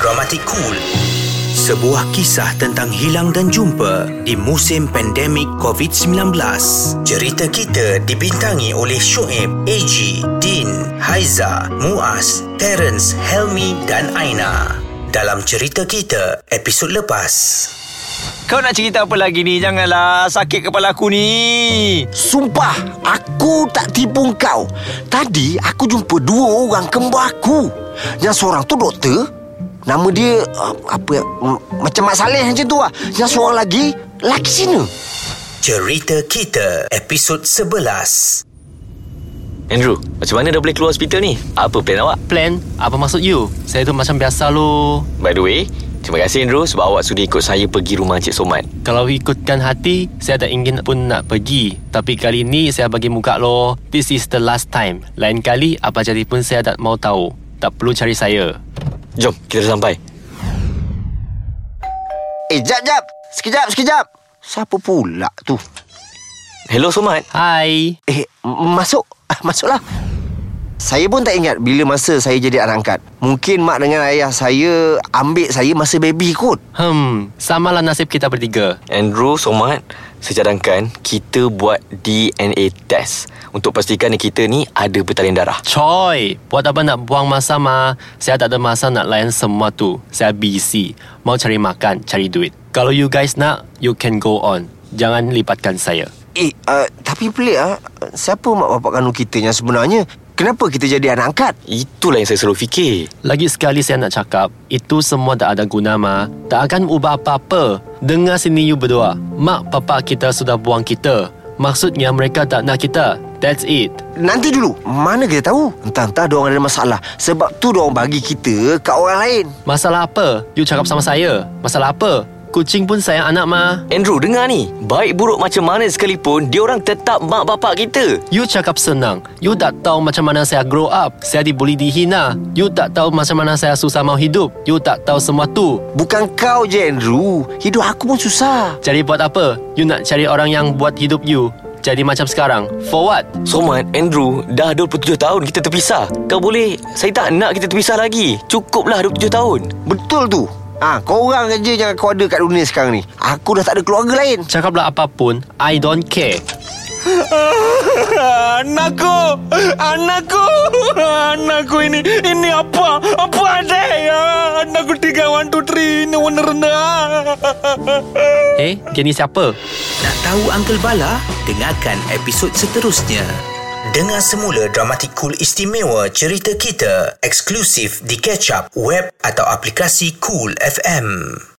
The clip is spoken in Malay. Dramatik Cool sebuah kisah tentang hilang dan jumpa di musim pandemik COVID-19. Cerita kita dibintangi oleh Shoaib, AG, Din, Haiza, Muaz, Terence, Helmi dan Aina. Dalam cerita kita, episod lepas. Kau nak cerita apa lagi ni? Janganlah sakit kepala aku ni. Sumpah, aku tak tipu kau. Tadi aku jumpa dua orang kembar aku. Yang seorang tu doktor, nama dia uh, apa uh, macam Mak Saleh macam tu lah. Yang seorang lagi laki Cina. Cerita kita, episod 11. Andrew, macam mana dah boleh keluar hospital ni? Apa plan awak? Plan? Apa maksud you? Saya tu macam biasa lo. By the way, terima kasih Andrew sebab awak sudi ikut saya pergi rumah Encik Soman. Kalau ikutkan hati, saya tak ingin pun nak pergi. Tapi kali ni saya bagi muka lo. This is the last time. Lain kali, apa jadi pun saya tak mau tahu. Tak perlu cari saya. Jom, kita dah sampai. Eh, jap, jap. Sekejap, sekejap. Siapa pula tu? Hello Somat. Hai. Eh, m- masuk. Ah, Masuklah. Saya pun tak ingat bila masa saya jadi anak angkat. Mungkin mak dengan ayah saya ambil saya masa baby kot. Hmm, samalah nasib kita bertiga. Andrew, Somat, secadangkan kita buat DNA test untuk pastikan kita ni ada bertalin darah. Choi, buat apa nak buang masa ma? Saya tak ada masa nak layan semua tu. Saya busy. Mau cari makan, cari duit. Kalau you guys nak, you can go on. Jangan lipatkan saya. Eh, uh, tapi pelik ah. Siapa mak bapak kandung kita yang sebenarnya? Kenapa kita jadi anak angkat? Itulah yang saya selalu fikir. Lagi sekali saya nak cakap, itu semua tak ada guna ma. Tak akan ubah apa-apa. Dengar sini you berdua. Mak papa kita sudah buang kita. Maksudnya mereka tak nak kita. That's it. Nanti dulu, mana kita tahu? Entah-entah diorang ada masalah. Sebab tu diorang bagi kita kat orang lain. Masalah apa? You cakap sama saya. Masalah apa? Kucing pun sayang anak ma. Andrew, dengar ni. Baik buruk macam mana sekalipun, dia orang tetap mak bapak kita. You cakap senang You tak tahu macam mana saya grow up Saya dibuli dihina You tak tahu macam mana saya susah mau hidup You tak tahu semua tu Bukan kau je, Andrew. Hidup aku pun susah. Cari buat apa? You nak cari orang yang buat hidup you Jadi macam sekarang For what? Somat, Andrew, dah 27 tahun kita terpisah. Kau boleh, saya tak nak kita terpisah lagi. Cukuplah 27 tahun. Betul tu. Ah, ha, kau orang aja yang kau ada kat dunia sekarang ni. Aku dah tak ada keluarga lain. Cakaplah apapun I don't care Anakku Anakku Anakku ini Ini apa Apa ada ya Anakku tiga One two three Ini warna rendah Eh, dia ni siapa? Nak tahu Uncle Bala? Dengarkan episod seterusnya. Dengar semula Dramatik Cool istimewa cerita kita eksklusif di Catch Up web atau aplikasi Cool FM.